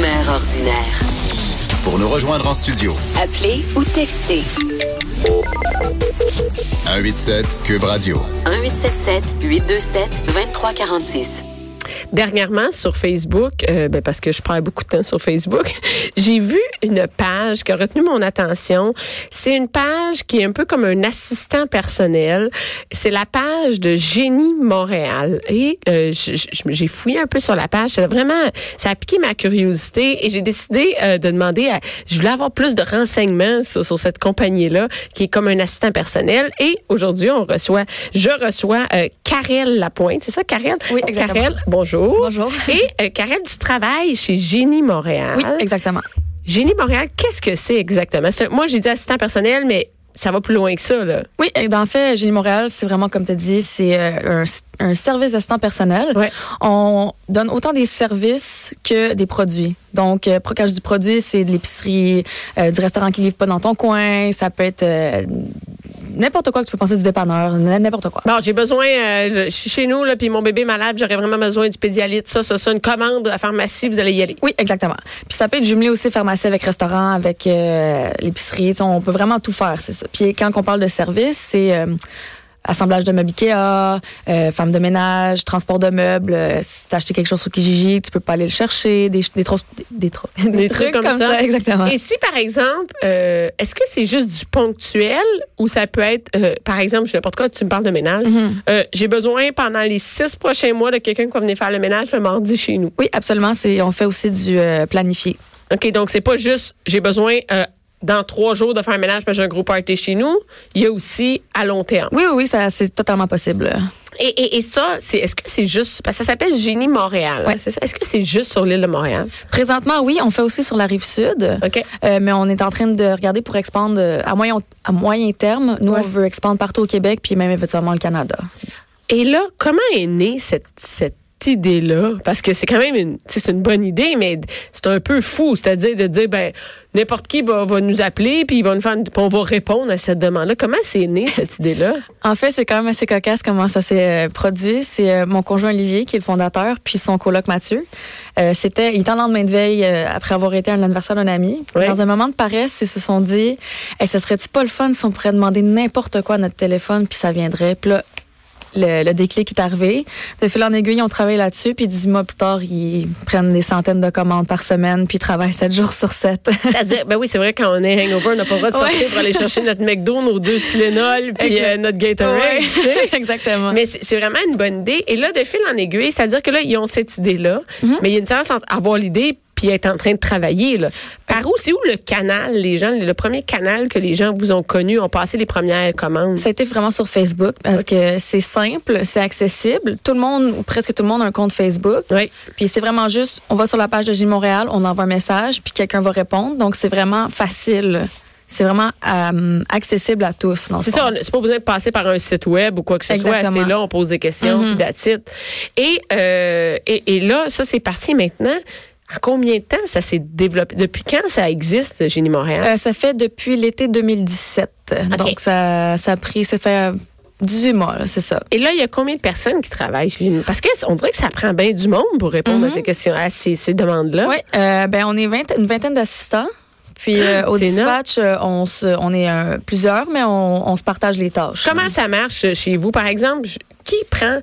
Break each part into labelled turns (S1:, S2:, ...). S1: Mère ordinaire.
S2: Pour nous rejoindre en studio,
S1: Appelez ou textez
S2: 187 Cube Radio.
S1: 1877 827 2346.
S3: Dernièrement, sur Facebook, euh, ben, parce que je perds beaucoup de temps sur Facebook, j'ai vu une page qui a retenu mon attention. C'est une page qui est un peu comme un assistant personnel. C'est la page de Génie Montréal. Et euh, j- j- j'ai fouillé un peu sur la page. Ça a vraiment, ça a piqué ma curiosité et j'ai décidé euh, de demander à, je voulais avoir plus de renseignements sur, sur cette compagnie-là, qui est comme un assistant personnel. Et aujourd'hui, on reçoit, je reçois euh, Karel Lapointe. C'est ça, Karel?
S4: Oui, exactement.
S3: Karel, bonjour.
S4: Bonjour.
S3: Et euh, Karel, tu travailles chez Génie Montréal.
S4: Oui, exactement.
S3: Génie Montréal, qu'est-ce que c'est exactement? C'est un- moi, j'ai dit assistant personnel, mais ça va plus loin que ça, là.
S4: Oui, et ben, en fait, Génie Montréal, c'est vraiment, comme tu dis, c'est euh, un, un service d'assistant personnel.
S3: Ouais.
S4: On donne autant des services que des produits. Donc, euh, pro- quand je dis produits, c'est de l'épicerie, euh, du restaurant qui livre pas dans ton coin, ça peut être euh, n'importe quoi que tu peux penser du dépanneur, n- n'importe quoi.
S3: Bon, j'ai besoin, euh, je- je suis chez nous, là, puis mon bébé est malade, j'aurais vraiment besoin du pédialyte, ça, ça, ça, une commande de la pharmacie, vous allez y aller.
S4: Oui, exactement. Puis ça peut être jumelé aussi pharmacie avec restaurant, avec euh, l'épicerie. Tu sais, on peut vraiment tout faire, c'est ça. Puis quand on parle de service, c'est euh, assemblage de meubles Ikea, euh, femme de ménage, transport de meubles. euh, si t'as acheté quelque chose sur Kijiji, tu peux pas aller le chercher. Des, ch- des, tros- des, tro- des trucs, comme, ça. Exactement.
S3: Et si, par exemple, euh, est-ce que c'est juste du ponctuel ou ça peut être, euh, par exemple, je sais n'importe quoi, tu me parles de ménage,
S4: Mm-hmm.
S3: euh, j'ai besoin pendant les six prochains mois de quelqu'un qui va venir faire le ménage le mardi chez nous.
S4: Oui, absolument. C'est, on fait aussi du euh, planifié.
S3: OK, donc c'est pas juste j'ai besoin euh, dans trois jours de faire un ménage parce que j'ai un gros party chez nous. Il y a aussi à long terme.
S4: Oui, oui, oui, ça, c'est totalement possible.
S3: Et, et, et ça, c'est est-ce que c'est juste parce que ça s'appelle Génie Montréal. hein,
S4: Ouais.
S3: c'est ça? Est-ce que c'est juste sur l'île de Montréal?
S4: Présentement, oui, on fait aussi sur la rive sud.
S3: OK.
S4: Euh, mais on est en train de regarder pour expandre euh, à moyen, à moyen terme. Nous,
S3: Ouais.
S4: on veut expandre partout au Québec, puis même éventuellement le Canada.
S3: Et là, comment est née cette, cette idée-là? Parce que c'est quand même une, tu sais, c'est une bonne idée, mais c'est un peu fou. C'est-à-dire de dire, ben, n'importe qui va, va nous appeler, puis il va nous faire, une- puis on va répondre à cette demande-là. Comment c'est née cette idée-là?
S4: En fait, c'est quand même assez cocasse comment ça s'est euh, produit. C'est euh, mon conjoint Olivier qui est le fondateur, puis son coloc Mathieu. Euh, c'était, il était en lendemain de veille euh, après avoir été à l'anniversaire d'un ami.
S3: Ouais.
S4: Dans un moment de paresse, ils se sont dit, hey, ce serait-tu pas le fun si on pourrait demander n'importe quoi à notre téléphone, puis ça viendrait. Puis là, le, le déclic est arrivé. De fil en aiguille, on travaille là-dessus, puis dix mois plus tard, ils prennent des centaines de commandes par semaine, puis ils travaillent sept jours sur sept.
S3: C'est-à-dire, ben oui, c'est vrai, quand on est hangover, on n'a pas le droit de sortir
S4: Ouais.
S3: pour aller chercher notre McDo, nos deux Tylenol, puis
S4: Ok.
S3: euh, notre Gatorade. tu sais.
S4: exactement.
S3: Mais c'est c'est vraiment une bonne idée. Et là, de fil en aiguille, c'est-à-dire que là, ils ont cette idée-là, mais il y a une différence entre avoir l'idée puis être en train de travailler. Là. Par où, c'est où le canal, les gens, le premier canal que les gens vous ont connu, ont passé les premières commandes?
S4: Ça a été vraiment sur Facebook parce que c'est simple, c'est accessible. Tout le monde, ou presque tout le monde, a un compte Facebook.
S3: Oui.
S4: Puis c'est vraiment juste, on va sur la page de Gilles Montréal, on envoie un message, puis quelqu'un va répondre. Donc c'est vraiment facile. C'est vraiment euh, accessible à tous. dans le
S3: C'est
S4: fond.
S3: ça, on- c'est pas besoin de passer par un site web ou quoi que ce soit.
S4: Exactement. Mm-hmm.
S3: C'est là, on pose des questions, puis that's it. Et, euh, et, et là, ça, c'est parti maintenant. En combien de temps ça s'est développé? Depuis quand ça existe, Génie Montréal?
S4: Euh, ça fait depuis l'été 2017. Donc ça, ça a pris, ça fait euh, 18 mois, là, c'est ça.
S3: Et là, il y a combien de personnes qui travaillent chez nous? Parce que on dirait que ça prend bien du monde pour répondre
S4: Mm-hmm.
S3: à ces questions, à ces, ces demandes-là.
S4: Oui, euh, ben on est vingt- une vingtaine d'assistants. Puis euh, au
S3: Ah, C'est énorme.
S4: dispatch, euh, on, se, on est euh, plusieurs, mais on, on se partage les tâches.
S3: Comment ça marche euh, chez vous? Par exemple, je- qui prend.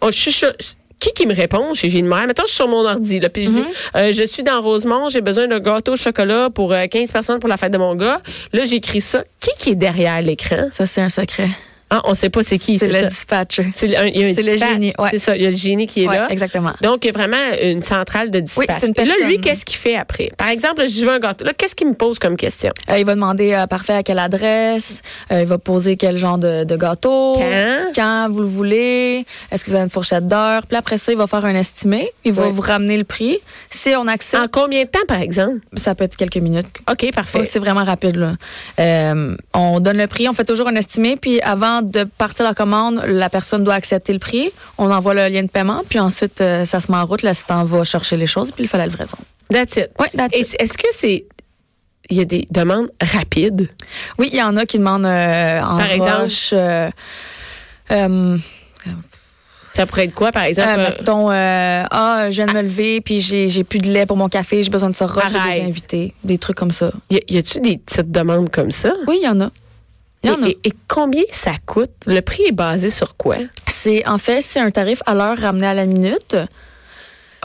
S3: oh, je suis sur- qui qui me répond chez Gilles Montréal? Mettons, je suis sur mon ordi, là, puis je dis,
S4: Mhm.
S3: euh, je suis dans Rosemont, j'ai besoin d'un gâteau au chocolat pour euh, 15 personnes pour la fête de mon gars. Là, j'écris ça. Qui qui est derrière l'écran?
S4: Ça, c'est un secret.
S3: Ah, on sait pas c'est qui,
S4: C'est
S3: c'est
S4: le
S3: ça.
S4: dispatcher.
S3: C'est le, un- il y a un
S4: C'est le
S3: dispatch.
S4: génie, ouais.
S3: C'est ça, il y a le génie qui est
S4: Ouais,
S3: là.
S4: exactement.
S3: Donc, il y a vraiment une centrale de dispatch.
S4: Oui, c'est une
S3: Et Là, lui,
S4: personne.
S3: qu'est-ce qu'il fait après? Par exemple, là, je veux un gâteau. Là, qu'est-ce qu'il me pose comme question?
S4: Euh, il va demander euh, parfait à quelle adresse, euh, il va poser quel genre de, de gâteau,
S3: Quand?
S4: vous le voulez, est-ce que vous avez une fourchette d'heure. Puis après ça, il va faire un estimé, il va
S3: Oui.
S4: vous ramener le prix. Si on
S3: En
S4: accepte,
S3: combien de temps, par exemple?
S4: ça peut être quelques minutes.
S3: OK, parfait.
S4: Oh, c'est vraiment rapide. Là. Euh, on donne le prix, on fait toujours un estimé, puis avant de partir la commande, la personne doit accepter le prix. On envoie le lien de paiement, puis ensuite euh, ça se met en route. L'assistant va chercher les choses, puis il fait la livraison.
S3: That's it.
S4: Ouais, that's
S3: Et
S4: it.
S3: c- Est-ce que c'est. Il y a des demandes rapides?
S4: Oui, il y en a qui demandent euh, en
S3: Par exemple?
S4: rush, euh, euh,
S3: Ça pourrait être quoi, par exemple?
S4: euh, mettons, euh, ah, je viens de me lever, puis j'ai j'ai plus de lait pour mon café, j'ai besoin de ça rush, j'ai
S3: Arrête.
S4: des invités, des trucs comme ça.
S3: Euh, Y a- y a-tu des petites demandes comme ça?
S4: Oui, il y en a. Il y en a.
S3: Et, et- et combien ça coûte? Le prix est basé sur quoi?
S4: C'est en fait c'est un tarif à l'heure ramené à la minute.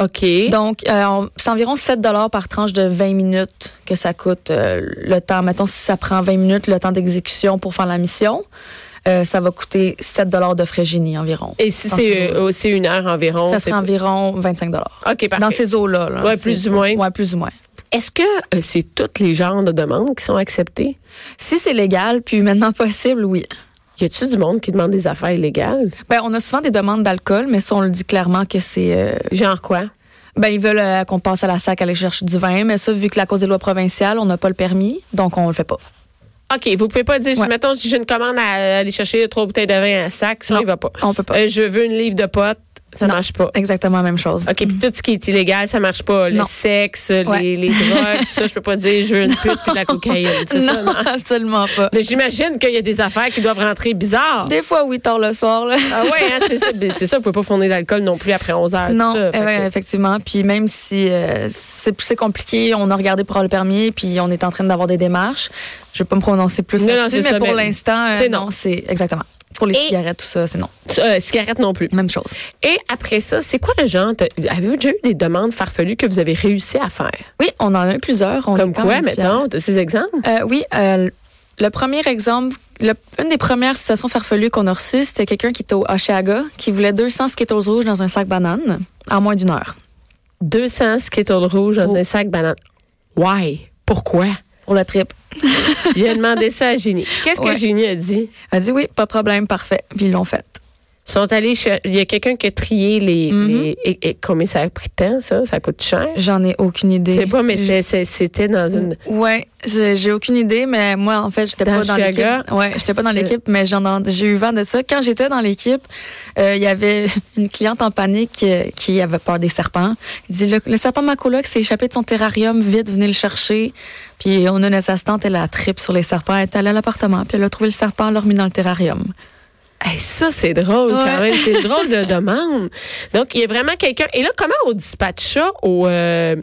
S3: OK.
S4: Donc, euh, on- c'est environ 7 par tranche de 20 minutes que ça coûte euh, le temps. Mettons, si ça prend 20 minutes le temps d'exécution pour faire la mission, euh, ça va coûter 7 de frais génie environ.
S3: et si
S4: Dans
S3: c'est
S4: ces
S3: euh, aussi une heure environ?
S4: ça
S3: c'est-
S4: sera environ 25
S3: OK, parfait.
S4: Dans ces eaux-là. là.
S3: Ouais, plus
S4: C'est-
S3: ou moins.
S4: Ouais, plus ou moins.
S3: Est-ce que euh, c'est toutes les genres de demandes qui sont acceptées?
S4: Si c'est légal, puis maintenant possible, oui.
S3: Y a-tu du monde qui demande des affaires illégales?
S4: Ben, on a souvent des demandes d'alcool, mais ça, on le dit clairement que c'est... euh,
S3: Genre quoi?
S4: ben, ils veulent euh, qu'on passe à la sac aller chercher du vin, mais ça, vu que la cause des lois provinciales, on n'a pas le permis, donc on le fait pas.
S3: OK, vous pouvez pas dire,
S4: Ouais.
S3: mettons, si j'ai une commande à aller chercher trois bouteilles de vin à sac, ça,
S4: Non,
S3: il va pas.
S4: on peut pas.
S3: Euh, je veux une livre de potes, ça
S4: Non.
S3: marche pas.
S4: Exactement la même chose.
S3: OK, puis tout ce qui est illégal, ça marche pas. Le
S4: Non.
S3: sexe,
S4: Ouais.
S3: les, les drogues, tout ça, je peux pas dire, je veux une pute puis de la cocaïne. C'est
S4: non,
S3: ça, non?
S4: absolument pas.
S3: Mais j'imagine qu'il y a des affaires qui doivent rentrer bizarres.
S4: Des fois, oui, tard le soir. là.
S3: Ah ouais, hein, c'est ça. Ben, C'est ça, vous pouvez pas fournir d'alcool non plus après 11 heures.
S4: Non,
S3: tout ça. Fait
S4: euh, ouais,
S3: que-
S4: effectivement. Puis même si euh, c'est c'est compliqué, on a regardé pour avoir le permis, puis on est en train d'avoir des démarches. Je vais pas me prononcer plus
S3: Non, non,
S4: là-dessus,
S3: c'est
S4: mais
S3: ça,
S4: pour
S3: mais
S4: l'instant, euh,
S3: c'est non.
S4: non, c'est exactement. Pour les
S3: Et-
S4: cigarettes, tout ça, c'est non.
S3: Euh, cigarette non plus.
S4: Même chose.
S3: Et après ça, c'est quoi le genre? t'as- Avez-vous déjà eu des demandes farfelues que vous avez réussi à faire?
S4: Oui, on en a eu plusieurs. On
S3: Comme
S4: est quand
S3: quoi,
S4: même fiers.
S3: mettons, t'as ces exemples?
S4: Euh, oui, euh, le premier exemple, le- une des premières situations farfelues qu'on a reçues, c'était quelqu'un qui était au Oshaga, qui voulait 200 Skittles rouges dans un sac banane en moins d'une heure
S3: 200 Skittles rouges dans
S4: Oh.
S3: un sac banane. Why? Pourquoi?
S4: pour le trip.
S3: Il a demandé ça à Ginny. Qu'est-ce que
S4: Ouais.
S3: Ginny a dit?
S4: Elle a dit oui, pas de problème, parfait. Puis ils l'ont fait.
S3: Ils Sont allés chez- Il y a quelqu'un qui a trié les. les- et, et combien ça a pris de temps, ça? Ça coûte cher?
S4: J'en ai aucune idée.
S3: Je sais pas, mais c'est- c'est- c'était dans une.
S4: Ouais, j'ai j'ai aucune idée, mais moi en fait, j'étais
S3: Dans
S4: pas dans l'équipe.
S3: Chiaga?
S4: Ouais, j'étais pas dans
S3: C'est-
S4: l'équipe, mais j'en en- j'ai eu vent de ça. Quand j'étais dans l'équipe, euh, il y avait une cliente en panique euh, qui avait peur des serpents. Il dit le, le serpent de ma coloc s'est échappé de son terrarium, vite venez le chercher. Puis on a notre assistante, elle a la tripe sur les serpents, elle est allée à l'appartement, puis elle a trouvé le serpent, elle l'a remis dans le terrarium.
S3: Hey, ça, c'est drôle quand
S4: Ouais.
S3: même. C'est une drôle de demande. Donc, il y a vraiment quelqu'un. Et là, comment on dispatche ça au. euh,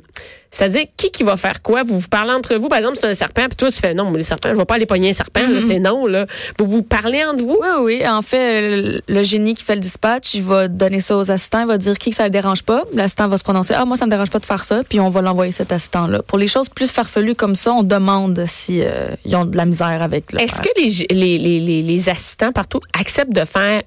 S3: c'est-à-dire, qui qui va faire quoi? Vous vous parlez entre vous. Par exemple, c'est un serpent, puis toi, tu fais non, mais le serpent, je ne vais pas aller pogner un serpent, là, c'est non, là. Vous vous parlez entre vous?
S4: Oui, oui. oui. En fait, euh, le génie qui fait le dispatch, il va donner ça aux assistants, il va dire qui que ça le dérange pas. L'assistant va se prononcer Ah, moi, ça me dérange pas de faire ça, puis on va l'envoyer cet assistant-là. Pour les choses plus farfelues comme ça, on demande si euh, ils ont de la misère avec le.
S3: Est-ce que les, les, les, les, les assistants partout acceptent de faire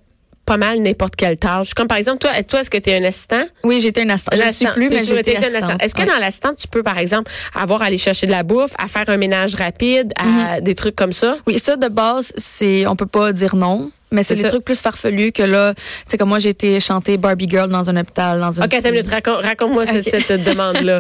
S3: pas mal n'importe quelle tâche? Comme par exemple, toi, toi est-ce que tu es un assistant?
S4: Oui, j'étais une assistante. Je ne suis
S3: L'assistant.
S4: plus,
S3: T'es
S4: mais
S3: sûre,
S4: j'étais
S3: t'es une assistante.
S4: assistante.
S3: Est-ce que
S4: Ouais.
S3: dans l'assistant, tu peux, par exemple, avoir à aller chercher de la bouffe, à faire un ménage rapide,
S4: Mhm.
S3: à des trucs comme ça?
S4: Oui, ça de base, c'est on peut pas dire non. Mais c'est
S3: C'est
S4: les
S3: ça.
S4: trucs plus farfelus que là, tu sais, comme moi, j'ai été chanter Barbie Girl dans un hôpital, dans une.
S3: OK, attends une minute, raconte- raconte-moi cette, cette demande-là.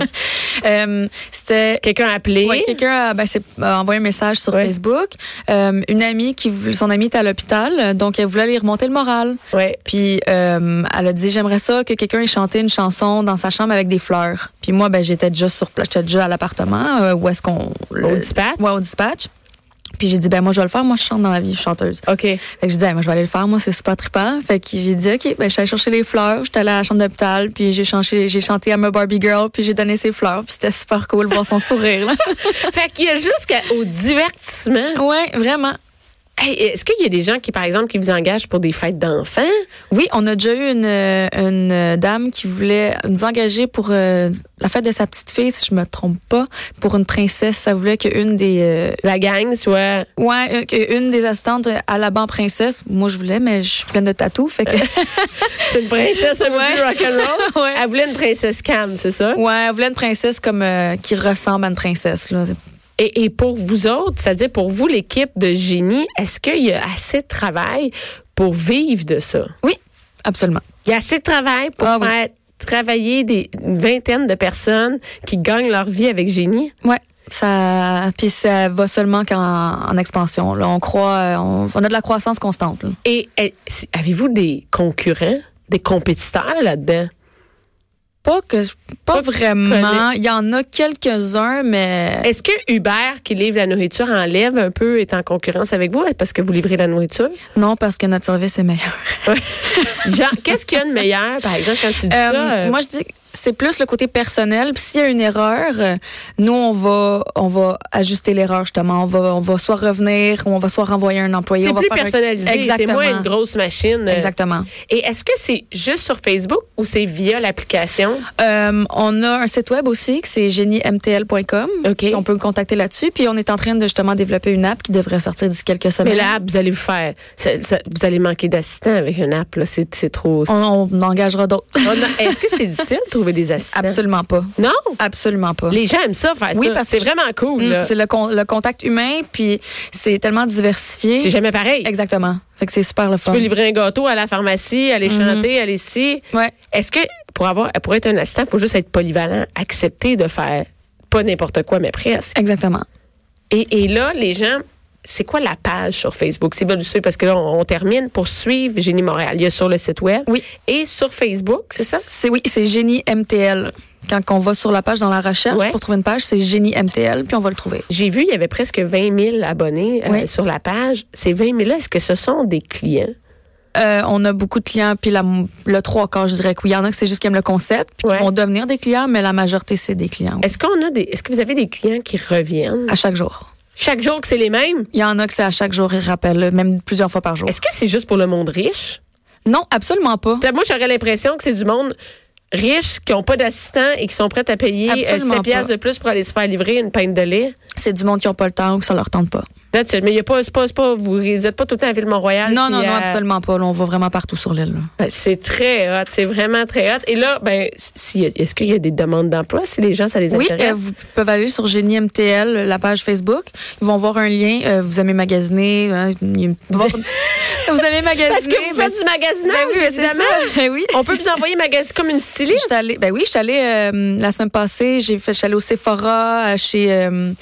S4: Euh, C'était
S3: Quelqu'un a appelé.
S4: Ouais, quelqu'un a ben, s'est, euh, envoyé un message sur
S3: Ouais.
S4: Facebook. Euh, une amie qui vou- son amie était à l'hôpital, euh, donc elle voulait aller remonter le moral.
S3: Ouais.
S4: Puis euh, elle a dit j'aimerais ça que quelqu'un ait chanté une chanson dans sa chambre avec des fleurs. Puis moi ben j'étais déjà sur place, j'étais déjà à l'appartement euh, où est-ce qu'on le-
S3: Au dispatch?
S4: Ouais, au dispatch. Puis j'ai dit ben moi je vais le faire, moi je chante dans la vie, je suis chanteuse.
S3: OK.
S4: Fait que j'ai dit, Ah, moi, je vais aller le faire, moi, c'est super trippant. Fait que j'ai dit, OK, ben, je suis allée chercher les fleurs, j'étais allée à la chambre d'hôpital, puis j'ai chanté, j'ai chanté I'm a Barbie Girl, puis j'ai donné ses fleurs, puis c'était super cool de voir son sourire, là.
S3: fait qu'il y a jusqu'au divertissement.
S4: Ouais, vraiment.
S3: Hey, Est-ce qu'il y a des gens qui, par exemple, qui vous engagent pour des fêtes d'enfants?
S4: Oui, on a déjà eu une, euh, une euh, dame qui voulait nous engager pour euh, la fête de sa petite fille, si je me trompe pas, pour une princesse. Ça voulait qu'une des euh,
S3: La gang soit...
S4: ouais, euh, que une des assistantes à la banque princesse. Moi, je voulais, mais je suis pleine de tatous, fait que
S3: C'est une princesse un peu
S4: Ouais.
S3: plus rock'n'roll.
S4: Ouais.
S3: Elle voulait une princesse calme, c'est ça?
S4: ouais, elle voulait une princesse comme euh, qui ressemble à une princesse là.
S3: Et, et pour vous autres, c'est-à-dire pour vous, l'équipe de génie, est-ce qu'il y a assez de travail pour vivre de ça?
S4: Oui, absolument.
S3: Il y a assez de travail pour
S4: Ah oui.
S3: faire travailler des une vingtaine de personnes qui gagnent leur vie avec génie.
S4: Ouais. Ça, puis ça va seulement qu'en en expansion. Là, on croit, euh, on, on a de la croissance constante. là.
S3: Et, et, si- avez-vous des concurrents, des compétiteurs là-dedans?
S4: Pas que, je-
S3: Pas
S4: pas
S3: que tu
S4: vraiment.
S3: connais.
S4: Il y en a quelques uns, mais
S3: Est-ce que Uber, qui livre la nourriture, enlève un peu, est en concurrence avec vous parce que vous livrez la nourriture?
S4: Non, parce que notre service est meilleur.
S3: Genre, qu'est-ce qu'il y a de meilleur, par exemple, quand tu dis
S4: Euh,
S3: ça? euh,
S4: Moi, je dis que c'est plus le côté personnel. Puis s'il y a une erreur, euh, nous on va on va ajuster l'erreur justement. On va on va soit revenir, ou on va soit renvoyer un employé.
S3: c'est
S4: on va
S3: plus
S4: faire un-
S3: personnalisé, c'est
S4: Exactement.
S3: moins une grosse machine. euh.
S4: Exactement.
S3: Et est-ce que c'est juste sur Facebook ou c'est via l'application?
S4: Euh, on a un site web aussi que c'est géniemtl.com.
S3: OK.
S4: On peut me contacter là-dessus. Puis on est en train de justement développer une app qui devrait sortir d'ici quelques semaines.
S3: Mais l'app, vous allez vous faire. ça- ça- vous allez manquer d'assistants avec une app, là. C'est c'est trop.
S4: on, on engagera d'autres.
S3: Oh non, Est-ce que c'est difficile de trouver des assistants?
S4: Absolument pas.
S3: Non?
S4: Absolument pas.
S3: Les gens aiment ça faire
S4: Oui,
S3: ça.
S4: parce
S3: c'est
S4: que-
S3: vraiment cool,
S4: Mm,
S3: là.
S4: C'est le, con- le contact humain, puis c'est tellement diversifié.
S3: C'est jamais pareil.
S4: Exactement. Fait que c'est super le fun.
S3: Tu peux livrer un gâteau à la pharmacie, aller chanter, aller ici.
S4: Ouais.
S3: Est-ce que pour avoir pour être un assistant, il faut juste être polyvalent, accepter de faire pas n'importe quoi, mais presque.
S4: Exactement.
S3: Et, et là, les gens, c'est quoi la page sur Facebook? C'est veulent nous suivre, parce que là, on, on termine pour suivre Génie Montréal. Il y a sur le site web.
S4: Oui.
S3: Et sur Facebook, c'est ça?
S4: C'est oui, c'est Génie MTL. Quand on va sur la page dans la recherche
S3: Ouais.
S4: pour trouver une page, c'est Génie MTL, puis on va le trouver.
S3: J'ai vu, il y avait presque 20 000 abonnés euh,
S4: Oui.
S3: sur la page. Ces 20 000-là, est-ce que ce sont des clients?
S4: Euh, on a beaucoup de clients, puis la- le trois quarts, je dirais que oui. Il y en a que c'est juste qui aiment le concept, puis
S3: Ouais.
S4: qui vont devenir des clients, mais la majorité, c'est des clients. oui.
S3: Est-ce qu'on a des, est-ce que vous avez des clients qui reviennent?
S4: À chaque jour.
S3: Chaque jour que c'est les mêmes?
S4: Il y en a que c'est à chaque jour, ils rappellent, même plusieurs fois par jour.
S3: Est-ce que c'est juste pour le monde riche?
S4: Non, absolument pas.
S3: T'sais, moi, j'aurais l'impression que c'est du monde riche qui n'ont pas d'assistant et qui sont prêts à payer euh,
S4: Absolument
S3: 7 piastres
S4: pas.
S3: de plus pour aller se faire livrer une pinte de lait.
S4: C'est du monde qui n'a pas le temps ou que ça leur tente pas.
S3: That's it. Mais il y a pas, c'est pas, c'est pas- vous n'êtes pas tout le temps à Ville-Mont-Royal.
S4: Non, non,
S3: puis euh,
S4: non,
S3: à-
S4: absolument pas. Là, on va vraiment partout sur l'île. là.
S3: Ben, C'est très hot, c'est vraiment très hot. Et là, ben, si, est-ce qu'il y a des demandes d'emploi si les gens ça les
S4: Oui,
S3: intéresse?
S4: euh, vous peuvent aller sur Génie MTL, la page Facebook. Ils vont voir un lien. euh, vous aimez magasiner. hein, il- vous, vous aimez magasiner.
S3: Parce que vous
S4: ben,
S3: faites du magasinage,
S4: ben oui, ben, c'est
S3: évidemment.
S4: ça. Ben oui.
S3: On peut vous envoyer magasin comme une
S4: Je
S3: styliste.
S4: suis allée, ben oui, je suis allée euh, la semaine passée, j'ai fait, je suis allée au Sephora, euh, chez, euh,